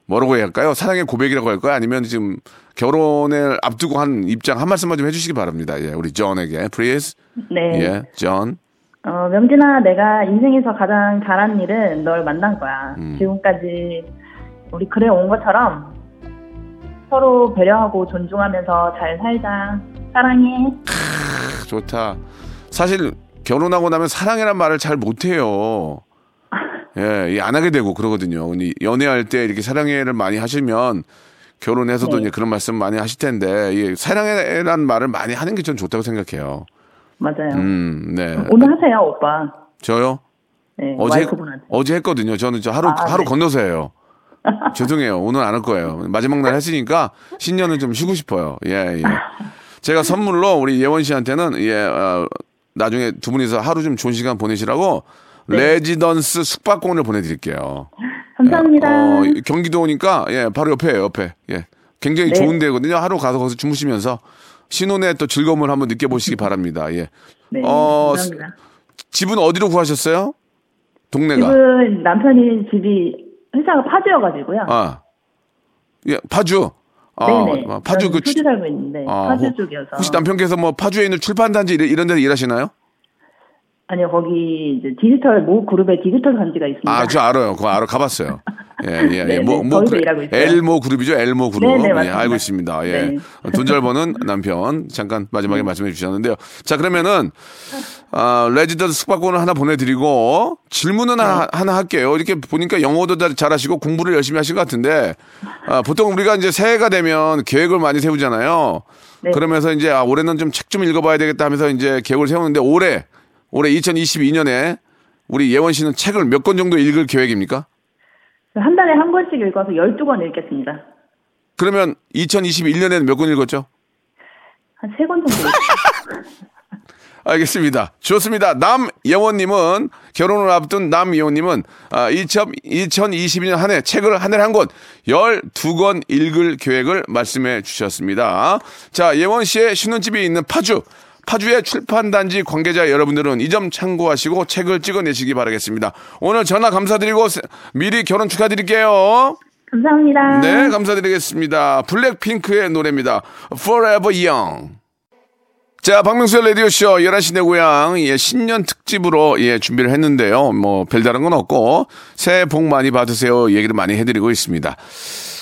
Speaker 3: 뭐라고 해야 할까요? 사랑의 고백이라고 할까요? 아니면 지금 결혼을 앞두고 한 입장 한 말씀만 좀 해주시기 바랍니다. 예, 우리 존에게 please
Speaker 6: 네.
Speaker 3: 예, 존
Speaker 6: 어, 명진아, 내가 인생에서 가장 잘한 일은 널 만난 거야.
Speaker 3: 음.
Speaker 6: 지금까지 우리 그래 온 것처럼 서로 배려하고 존중하면서 잘 살자. 사랑해.
Speaker 3: 좋다. 사실 결혼하고 나면 사랑이란 말을 잘 못해요. 예, 이안 하게 되고 그러거든요. 근데 연애할 때 이렇게 사랑해를 많이 하시면 결혼해서도 이제 그런 말씀 많이 하실 텐데 예, 사랑해란 말을 많이 하는 게 전 좋다고 생각해요.
Speaker 6: 맞아요.
Speaker 3: 음, 네.
Speaker 6: 오늘 하세요, 오빠.
Speaker 3: 저요?
Speaker 6: 네,
Speaker 3: 어제
Speaker 6: 와이프분한테.
Speaker 3: 어제 했거든요. 저는 저 하루
Speaker 6: 아,
Speaker 3: 하루
Speaker 6: 네.
Speaker 3: 건너서
Speaker 6: <laughs>
Speaker 3: 해요. 죄송해요. 오늘 안 할 거예요. 마지막 날 했으니까 신년은 좀 쉬고 싶어요. 예, 예. 제가 선물로 우리 예원 씨한테는 예, 어, 나중에 두 분이서 하루 좀 좋은 시간 보내시라고
Speaker 6: 네.
Speaker 3: 레지던스 숙박권을 보내드릴게요.
Speaker 6: 감사합니다.
Speaker 3: 어, 경기도 오니까 예, 바로 옆에예요. 옆에. 예. 굉장히
Speaker 6: 네.
Speaker 3: 좋은 데거든요. 하루 가서 거기서 주무시면서 신혼의 또 즐거움을 한번 느껴보시기 바랍니다. 예.
Speaker 6: 네,
Speaker 3: 어,
Speaker 6: 감사합니다.
Speaker 3: 집은 어디로 구하셨어요? 동네가.
Speaker 6: 집은 남편이 집이 회사가 파주여가지고요.
Speaker 3: 아. 예, 파주. 아,
Speaker 6: 네네.
Speaker 7: 그러니까
Speaker 3: 아, 파주 그
Speaker 6: 저는
Speaker 3: 추-
Speaker 6: 파주 살고
Speaker 7: 네,
Speaker 6: 있는데
Speaker 3: 아,
Speaker 6: 파주
Speaker 3: 혹-
Speaker 6: 쪽이어서.
Speaker 3: 혹시 남편께서 뭐 파주에 있는 출판단지 이런, 이런 데서 일하시나요?
Speaker 6: 아니요, 거기 이제 디지털 모 그룹에 디지털 단지가 있습니다.
Speaker 3: 아, 저 알아요. 그거 알아 가봤어요. 예, 예, 예.
Speaker 6: 네. 네네,
Speaker 3: 뭐, 뭐,
Speaker 6: 거기서
Speaker 3: 그래-
Speaker 6: 일하고 있어요.
Speaker 3: 엘모 그룹이죠. 엘모 그룹.
Speaker 6: 네네,
Speaker 3: 예,
Speaker 6: 맞습니다.
Speaker 3: 알고 있습니다. 예.
Speaker 6: 네.
Speaker 3: 돈 잘 버는 남편. 잠깐 마지막에 말씀해 주셨는데요. 자, 그러면은, 아, 레지던스 숙박권을 하나 보내드리고, 질문은 하나, 하나 할게요. 이렇게 보니까 영어도 잘- 잘하시고, 공부를 열심히 하신 것 같은데, 아, 보통 우리가 이제 새해가 되면 계획을 많이 세우잖아요.
Speaker 6: 네.
Speaker 3: 그러면서 이제, 아, 올해는 좀 책 좀 읽어봐야 되겠다 하면서 이제 계획을 세우는데, 올해, 올해 2022년에 우리 예원 씨는 책을 몇 권 정도 읽을 계획입니까?
Speaker 6: 한 달에 한 권씩 읽어서 12권 읽겠습니다.
Speaker 3: 그러면 2021년에는 몇 권 읽었죠?
Speaker 6: 한 세 권 정도 읽겠습니다.
Speaker 3: <laughs> 알겠습니다. 좋습니다. 남예원님은 결혼을 앞둔 남예원님은 아, 2000, 2022년 한 해 책을 한 해에 한권 12권 읽을 계획을 말씀해 주셨습니다. 자 예원 씨의 신혼집이 있는 파주 파주의 출판단지 관계자 여러분들은 이 점 참고하시고 책을 찍어내시기 바라겠습니다. 오늘 전화 감사드리고 세- 미리 결혼 축하드릴게요.
Speaker 6: 감사합니다.
Speaker 3: 네, 감사드리겠습니다. 블랙핑크의 노래입니다. Forever Young. 자, 박명수의 라디오쇼 11시 내 고향, 예, 신년 특집으로, 예, 준비를 했는데요. 뭐, 별다른 건 없고, 새해 복 많이 받으세요. 얘기를 많이 해드리고 있습니다.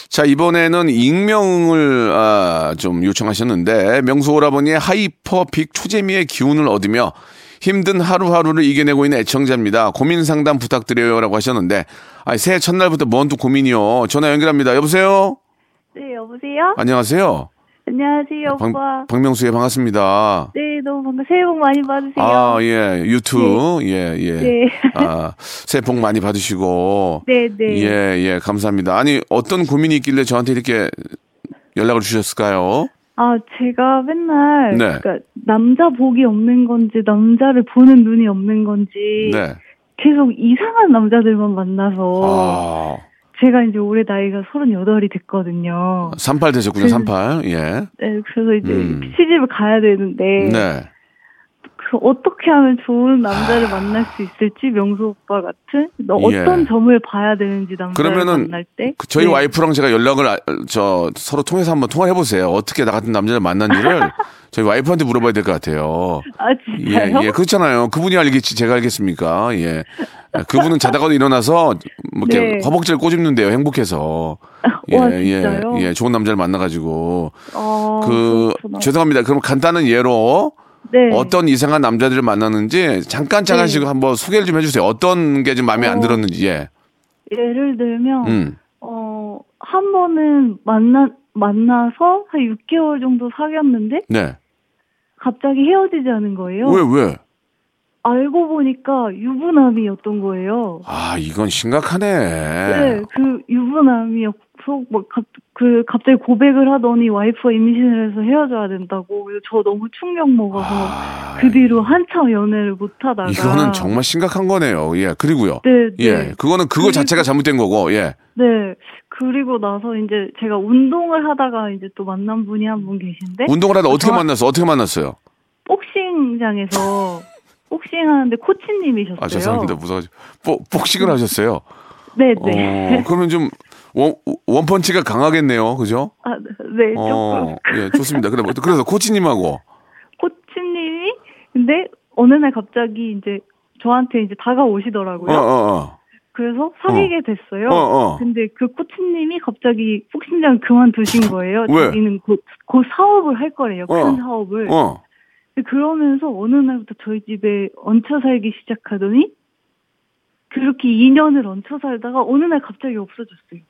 Speaker 3: 자, 이번에는 익명을, 아, 좀 요청하셨는데, 명수 오라버니의 하이퍼 빅 초재미의 기운을 얻으며, 힘든 하루하루를 이겨내고 있는 애청자입니다. 고민 상담 부탁드려요. 라고 하셨는데, 아, 새해 첫날부터 뭔 또 고민이요. 전화 연결합니다. 여보세요?
Speaker 7: 네, 여보세요?
Speaker 3: 안녕하세요?
Speaker 7: 안녕하세요,
Speaker 3: 아,
Speaker 7: 오빠.
Speaker 3: 박, 명수예 반갑습니다.
Speaker 7: 네, 너무 반가. 새해 복 많이 받으세요.
Speaker 3: 아, 예, 유튜브, 예, 예.
Speaker 7: 네.
Speaker 3: 아, 새해 복 많이 받으시고.
Speaker 7: 네, 네.
Speaker 3: 예, 예, 감사합니다. 아니, 어떤 고민이 있길래 저한테 이렇게 연락을 주셨을까요?
Speaker 7: 아, 제가 맨날
Speaker 3: 네.
Speaker 7: 그러니까 남자 복이 없는 건지 남자를 보는 눈이 없는 건지
Speaker 3: 네.
Speaker 7: 계속 이상한 남자들만 만나서
Speaker 3: 아,
Speaker 7: 제가 이제 올해 나이가 38이 됐거든요.
Speaker 3: 38 되셨군요,
Speaker 7: 그-
Speaker 3: 38. 예.
Speaker 7: 네, 그래서 이제
Speaker 3: 음.
Speaker 7: 시집을 가야 되는데
Speaker 3: 네.
Speaker 7: 그 어떻게 하면 좋은 남자를 만날 수 있을지 명수 오빠 같은 너
Speaker 3: 예.
Speaker 7: 어떤 점을 봐야 되는지 남자를
Speaker 3: 그러면은
Speaker 7: 만날 때
Speaker 3: 그 저희
Speaker 7: 네.
Speaker 3: 와이프랑 제가 연락을, 아- 저, 서로 통해서 한번 통화해 보세요. 어떻게 나 같은 남자를
Speaker 7: <laughs>
Speaker 3: 만난지를 저희 와이프한테 물어봐야 될 것 같아요.
Speaker 7: 아
Speaker 3: 예,
Speaker 7: 진짜요?
Speaker 3: 예, 그렇잖아요. 그분이 알겠지, 제가 알겠습니까? 예. 그분은 자다가도 일어나서 뭐 이렇게
Speaker 7: 네.
Speaker 3: 허벅지를 꼬집는데요, 행복해서.
Speaker 7: 와, 진짜요?
Speaker 3: 예, 예, 좋은 남자를 만나가지고.
Speaker 7: 아,
Speaker 3: 그,
Speaker 7: 그렇구나.
Speaker 3: 죄송합니다. 그럼 간단한 예로
Speaker 7: 네.
Speaker 3: 어떤 이상한 남자들을 만나는지 잠깐 잠깐씩 한번 소개를 좀 해주세요. 어떤 게 좀 마음에 안
Speaker 7: 어.
Speaker 3: 들었는지, 예.
Speaker 7: 예를 들면
Speaker 3: 음.
Speaker 7: 어, 한 번은 만나 만나서 한 6개월 정도 사귀었는데
Speaker 3: 네.
Speaker 7: 갑자기 헤어지자는 거예요.
Speaker 3: 왜, 왜?
Speaker 7: 알고 보니까 유부남이었던 거예요.
Speaker 3: 아, 이건 심각하네.
Speaker 7: 네, 그 유부남이었고 뭐 막그 갑자기 고백을 하더니 와이프가 임신을 해서 헤어져야 된다고. 그래서 저 너무 충격 먹어서 그 뒤로 한참 연애를 못
Speaker 3: 아,
Speaker 7: 하다가
Speaker 3: 이거는 정말 심각한 거네요. 예, 그리고요.
Speaker 7: 네, 네.
Speaker 3: 예, 그거는 그거 자체가 잘못된 거고, 예.
Speaker 7: 네. 그리고 나서 이제 제가 운동을 하다가 이제 또 만난 분이 한 분 계신데
Speaker 3: 운동을 하다 어떻게
Speaker 7: 저-
Speaker 3: 만났어? 어떻게 만났어요?
Speaker 7: 복싱장에서 복싱 하는데 코치님이셨어요.
Speaker 3: 아, 죄송합니다. 무서워가지고. 뽀, 복식을 하셨어요?
Speaker 7: 네,
Speaker 3: 어,
Speaker 7: 네.
Speaker 3: 그러면 좀 원, 원펀치가 강하겠네요. 그죠?
Speaker 7: 아, 네, 조금
Speaker 3: 어, 예, 좋습니다. 그래, 그래서 코치님하고.
Speaker 7: 코치님이 근데 어느 날 갑자기 이제 저한테 이제 다가오시더라고요.
Speaker 3: 어, 어,
Speaker 7: 그래서 사귀게 됐어요.
Speaker 3: 어, 어.
Speaker 7: 근데 그 코치님이 갑자기 복싱장 그만두신 거예요.
Speaker 3: 왜?
Speaker 7: 자기는 곧, 곧 사업을 할 거래요.
Speaker 3: 어.
Speaker 7: 큰 사업을.
Speaker 3: 어. 어.
Speaker 7: 근데 그러면서 어느 날부터 저희 집에 얹혀 살기 시작하더니 그렇게 2년을 얹혀 살다가 어느 날 갑자기 없어졌어요.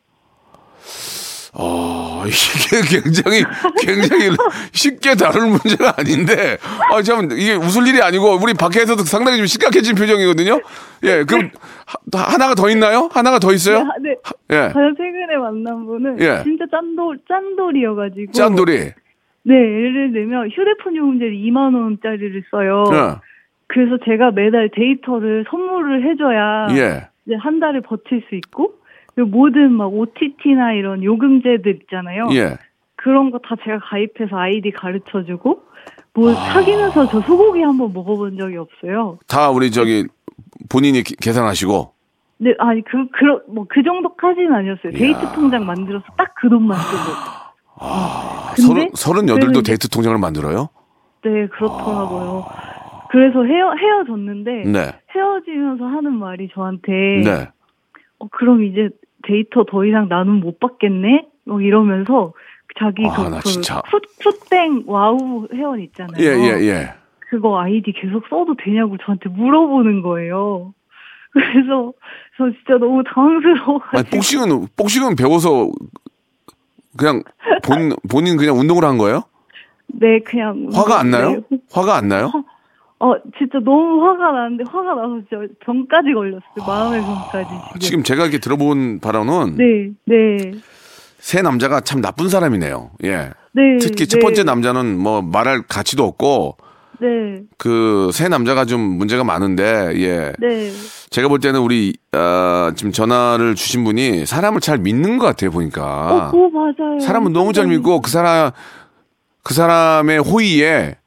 Speaker 3: 어, 이게 <laughs> 굉장히, 굉장히 쉽게 다룰 문제가 아닌데, 아, 참, 이게 웃을 일이 아니고, 우리 밖에서도 상당히 좀 심각해진 표정이거든요? 예, 그럼, 하, 하나가 더 있나요? 하나가 더 있어요?
Speaker 7: 네, 네.
Speaker 3: 예.
Speaker 7: 가장 최근에 만난 분은
Speaker 3: 예.
Speaker 7: 진짜 짠돌 짠돌이어가지고
Speaker 3: 짠돌이.
Speaker 7: 네 예를 들면 휴대폰 요금제를 2만 원짜리를 써요.
Speaker 3: 예.
Speaker 7: 그래서 제가 매달 데이터를 선물을 해줘야
Speaker 3: 예.
Speaker 7: 이제 한 달을 버틸 수 있고 그리고 모든 막 OTT나 이런 요금제들 있잖아요.
Speaker 3: 예.
Speaker 7: 그런 거 다 제가 가입해서 아이디 가르쳐주고 뭐
Speaker 3: 아.
Speaker 7: 사귀면서 저 소고기 한번 먹어본 적이 없어요.
Speaker 3: 다 우리 저기, 본인이 기- 계산하시고,
Speaker 7: 근데 아니 그 그런 뭐그 정도까지는 아니었어요. 데이트 통장 만들어서 딱 그 돈만 쓰고.
Speaker 3: 아,
Speaker 7: 근데
Speaker 3: 서른, 서른여덟도
Speaker 7: 그래서 이제-
Speaker 3: 데이트 통장을 만들어요?
Speaker 7: 네 그렇더라고요. 그래서 헤어 헤어졌는데
Speaker 3: 네.
Speaker 7: 헤어지면서 하는 말이 저한테
Speaker 3: 네.
Speaker 7: 어, 그럼 이제 데이터 더 이상 나눔 못 받겠네? 뭐 이러면서 자기
Speaker 3: 아,
Speaker 7: 그,
Speaker 3: 나
Speaker 7: 그
Speaker 3: 진짜.
Speaker 7: 풋, 풋땡 와우 회원 있잖아요.
Speaker 3: 예, 예, 예.
Speaker 7: 그거 아이디 계속 써도 되냐고 저한테 물어보는 거예요. 그래서 저 진짜 너무 당황스러워가지고
Speaker 3: 아니, 복싱은, 복싱은 배워서, 그냥, 본, 본인 그냥 운동을 한 거예요?
Speaker 7: 네 그냥
Speaker 3: 화가 안 나요?
Speaker 7: 네.
Speaker 3: 화가 안 나요?
Speaker 7: 어 진짜 너무 화가 나는데 화가 나서 진짜 병까지 걸렸어요. 마음의 병까지 지금.
Speaker 3: 아, 지금 제가 이렇게 들어본 바로는
Speaker 7: 네, 네,
Speaker 3: 새 남자가 참 나쁜 사람이네요. 예.
Speaker 7: 네.
Speaker 3: 특히
Speaker 7: 네,
Speaker 3: 첫 번째 남자는 뭐 말할 가치도 없고
Speaker 7: 네,
Speaker 3: 그 새 남자가 좀 문제가 많은데 예.
Speaker 7: 네.
Speaker 3: 제가 볼 때는 우리 아, 지금 전화를 주신 분이 사람을 잘 믿는 것 같아요 보니까.
Speaker 7: 어, 그거 맞아요.
Speaker 3: 사람은 너무 잘
Speaker 7: 선생님.
Speaker 3: 믿고 그 사람 그 사람의 호의에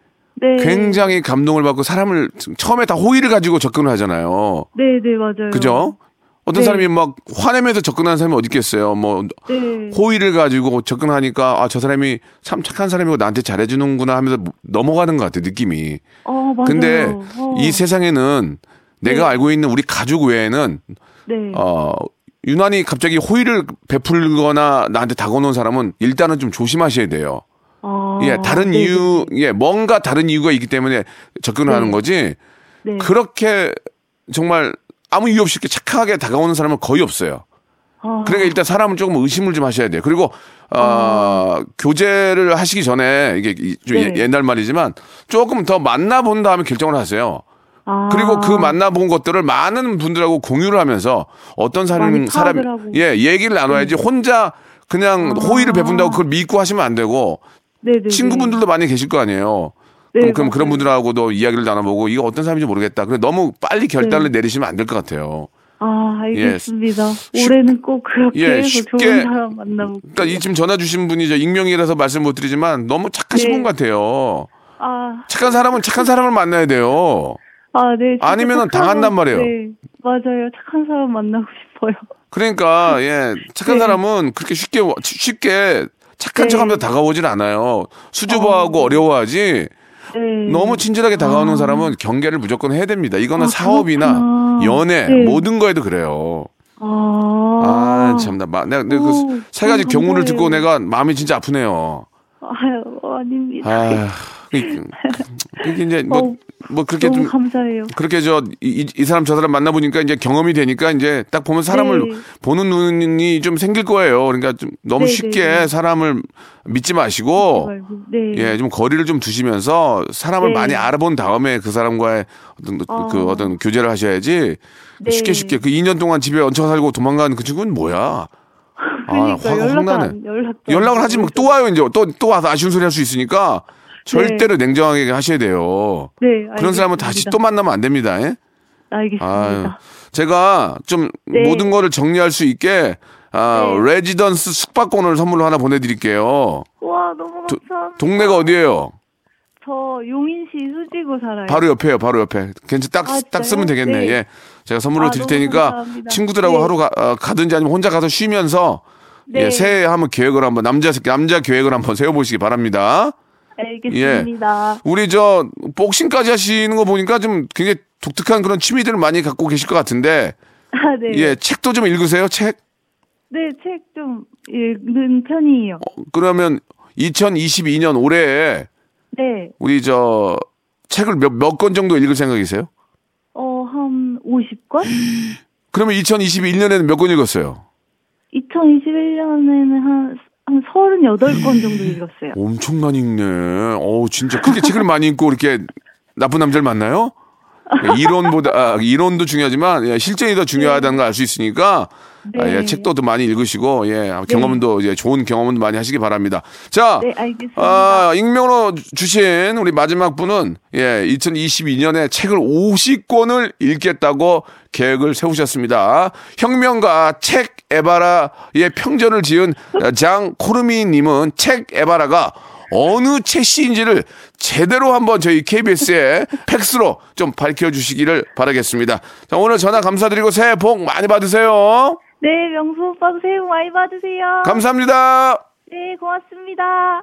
Speaker 7: 네.
Speaker 3: 굉장히 감동을 받고 사람을 처음에 다 호의를 가지고 접근을 하잖아요.
Speaker 7: 네, 네, 맞아요.
Speaker 3: 그죠? 어떤
Speaker 7: 네.
Speaker 3: 사람이 막 화내면서 접근하는 사람이 어디 있겠어요. 뭐
Speaker 7: 네.
Speaker 3: 호의를 가지고 접근하니까 아 저 사람이 참 착한 사람이고 나한테 잘해주는구나 하면서 넘어가는 것 같아 느낌이.
Speaker 7: 어, 맞아요.
Speaker 3: 근데
Speaker 7: 어.
Speaker 3: 이 세상에는 내가
Speaker 7: 네.
Speaker 3: 알고 있는 우리 가족 외에는
Speaker 7: 네.
Speaker 3: 어 유난히 갑자기 호의를 베풀거나 나한테 다가오는 사람은 일단은 좀 조심하셔야 돼요.
Speaker 7: 어,
Speaker 3: 예, 다른
Speaker 7: 네,
Speaker 3: 이유, 예, 뭔가 다른 이유가 있기 때문에 접근을
Speaker 7: 네.
Speaker 3: 하는 거지.
Speaker 7: 네.
Speaker 3: 그렇게 정말 아무 이유 없이 이렇게 착하게 다가오는 사람은 거의 없어요.
Speaker 7: 아,
Speaker 3: 그러니까 일단 사람은 조금 의심을 좀 하셔야 돼요. 그리고 어, 교제를 하시기 전에 이게 이- 좀
Speaker 7: 아. 네.
Speaker 3: 예- 옛날 말이지만 조금 더 만나본 다음에 결정을 하세요.
Speaker 7: 아.
Speaker 3: 그리고 그 만나본 것들을 많은 분들하고 공유를 하면서 어떤 사람
Speaker 7: 많이
Speaker 3: 사람
Speaker 7: 파악을 하고. 네. 아.
Speaker 3: 예 얘기를 나눠야지 혼자 그냥 호의를 베푼다고 그걸 믿고 하시면 안 되고
Speaker 7: 네, 네, 네.
Speaker 3: 친구분들도 많이 계실 거 아니에요. 어,
Speaker 7: 네,
Speaker 3: 그럼, 그럼 그런
Speaker 7: 맞아요.
Speaker 3: 분들하고도 이야기를 나눠보고 이거 어떤 사람인지 모르겠다. 그래 너무 빨리 결단을
Speaker 7: 네.
Speaker 3: 내리시면 안 될 것 같아요.
Speaker 7: 아, 알겠습니다.
Speaker 3: 쉽-
Speaker 7: 올해는 꼭 그렇게
Speaker 3: 예,
Speaker 7: 해서
Speaker 3: 쉽게-
Speaker 7: 좋은 사람 만나고.
Speaker 3: 그러니까 이 지금 전화 주신 분이 저 익명이라서 말씀 못 드리지만 너무 착하신
Speaker 7: 네.
Speaker 3: 분 같아요.
Speaker 7: 아,
Speaker 3: 착한 사람은 착한 사람을 만나야 돼요.
Speaker 7: 아, 네. 진짜
Speaker 3: 아니면은
Speaker 7: 착한
Speaker 3: 당한단 말이에요.
Speaker 7: 네, 맞아요. 착한 사람 만나고 싶어요.
Speaker 3: 그러니까 예 착한
Speaker 7: 네.
Speaker 3: 사람은 그렇게 쉽게 쉽게 착한
Speaker 7: 네.
Speaker 3: 척하면서 다가오질 않아요. 수줍어하고 어... 려워하지
Speaker 7: 네.
Speaker 3: 너무 친절하게 다가오는 사람은 경계를 무조건 해야 됩니다. 이거는
Speaker 7: 아,
Speaker 3: 사업이나
Speaker 7: 그렇구나.
Speaker 3: 연애
Speaker 7: 네.
Speaker 3: 모든 거에도 그래요.
Speaker 7: 아.
Speaker 3: 아 참나 마- 내가 그
Speaker 7: 오,
Speaker 3: 세 가지
Speaker 7: 어,
Speaker 3: 경우를
Speaker 7: 감사해요.
Speaker 3: 듣고 내가 마음이 진짜 아프네요.
Speaker 7: 아유, 아닙니다.
Speaker 3: 아, 그- 그- 이게 이제 뭐
Speaker 7: 어.
Speaker 3: 뭐 그렇게
Speaker 7: 너무
Speaker 3: 좀
Speaker 7: 감사해요.
Speaker 3: 그렇게 저 이 사람 저 사람 만나 보니까 이제 경험이 되니까 이제 딱 보면 사람을
Speaker 7: 네.
Speaker 3: 보는 눈이 좀 생길 거예요. 그러니까 좀 너무
Speaker 7: 네,
Speaker 3: 쉽게
Speaker 7: 네, 네.
Speaker 3: 사람을 믿지 마시고
Speaker 7: 말고. 네.
Speaker 3: 예, 좀 거리를 좀 두시면서 사람을
Speaker 7: 네.
Speaker 3: 많이 알아본 다음에 그 사람과의 어떤 그-
Speaker 7: 어.
Speaker 3: 그 어떤 교제를 하셔야지
Speaker 7: 네.
Speaker 3: 쉽게 쉽게 그 2년 동안 집에 얹혀 살고 도망간 그 친구는 뭐야? 아,
Speaker 7: 그러니까
Speaker 3: 화가 확
Speaker 7: 연락
Speaker 3: 나네.
Speaker 7: 안 연락
Speaker 3: 연락을 하지 뭐 또 와요 이제 또 또 와서 아쉬운 소리 할 수 있으니까 절대로 냉정하게 하셔야 돼요.
Speaker 7: 네.
Speaker 3: 그런 사람은 다시 또 만나면 안 됩니다. 예? 아유,
Speaker 7: 알겠습니다.
Speaker 3: 제가 좀
Speaker 7: 네.
Speaker 3: 모든 거를 정리할 수 있게 아, 레지던스 숙박권을 선물로 하나 보내드릴게요.
Speaker 7: 와 너무
Speaker 3: 도-
Speaker 7: 감사합니다.
Speaker 3: 동네가 어디예요?
Speaker 7: 저 용인시 수지구 살아요.
Speaker 3: 바로 옆에요, 바로 옆에. 괜찮, 딱,
Speaker 7: 네. 아,
Speaker 3: 딱
Speaker 7: 진짜요?
Speaker 3: 쓰면 되겠네.
Speaker 7: 네.
Speaker 3: 예. 제가 선물로
Speaker 7: 아,
Speaker 3: 드릴
Speaker 7: 너무
Speaker 3: 테니까
Speaker 7: 감사합니다.
Speaker 3: 친구들하고
Speaker 7: 네.
Speaker 3: 하루 가, 어, 가든지 아니면 혼자 가서 쉬면서
Speaker 7: 네.
Speaker 3: 예, 새해 한번 계획을 한번 남자 남자 계획을 한번 세워보시기 바랍니다.
Speaker 7: 알겠습니다.
Speaker 3: 우리 저 복싱까지 하시는 거 보니까 좀 굉장히 독특한 그런 취미들을 많이 갖고 계실 것 같은데
Speaker 7: <laughs> 아 네.
Speaker 3: 예 책도 좀 읽으세요 책
Speaker 7: 네, 책 좀 읽는 편이에요.
Speaker 3: 어? 그러면 2022년 올해에
Speaker 7: 네.
Speaker 3: 우리 저 책을 몇 몇 권 정도 읽을 생각이세요?
Speaker 7: 어, 한 50권? <gasps>
Speaker 3: 그러면 2021년에는 몇 권 읽었어요?
Speaker 7: 2021년에는 한, 한 38권 정도 읽었어요.
Speaker 3: 엄청 많이 읽네. 어 진짜 그렇게 책을 많이 읽고 이렇게 나쁜 남자를 만나요? 예, 이론보다 아, 이론도 중요하지만 예, 실전이 더 중요하다는 걸 알 수 있으니까 아, 예,
Speaker 7: 네.
Speaker 3: 책도 더 많이 읽으시고 예 경험도 예, 좋은 경험도 많이 하시기 바랍니다. 자.
Speaker 7: 네, 알겠습니다.
Speaker 3: 아, 익명으로 주신 우리 마지막 분은 예, 2022년에 책을 50권을 읽겠다고 계획을 세우셨습니다. 혁명가 책 에바라의 평전을 지은 장 코르미 님은 책 에바라가 어느 책 씨인지를 제대로 한번 저희 KBS의 <laughs> 팩스로 좀 밝혀주시기를 바라겠습니다. 자, 오늘 전화 감사드리고 새해 복 많이 받으세요.
Speaker 7: 네, 명수 오빠도 새해 복 많이 받으세요.
Speaker 3: 감사합니다.
Speaker 7: 네, 고맙습니다.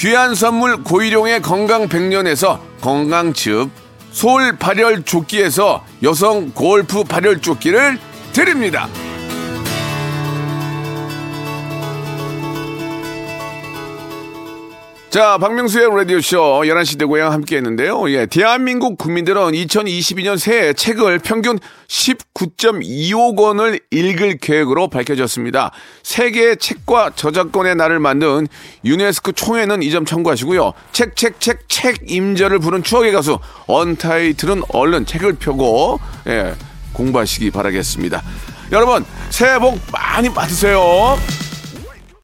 Speaker 3: 귀한 선물 고일용의 건강 백년에서 건강즙. 서울 발열 조끼에서 여성 골프 발열 조끼를 드립니다. 자, 박명수의 라디오쇼 11시 대고양 함께 했는데요. 예, 대한민국 국민들은 2022년 새해 책을 평균 19.25억 원을 읽을 계획으로 밝혀졌습니다. 세계의 책과 저작권의 날을 만든 유네스코 총회는 이 점 참고하시고요. 책, 책, 책, 책 임자를 부른 추억의 가수 언타이틀은 얼른 책을 펴고 예, 공부하시기 바라겠습니다. 여러분, 새해 복 많이 받으세요.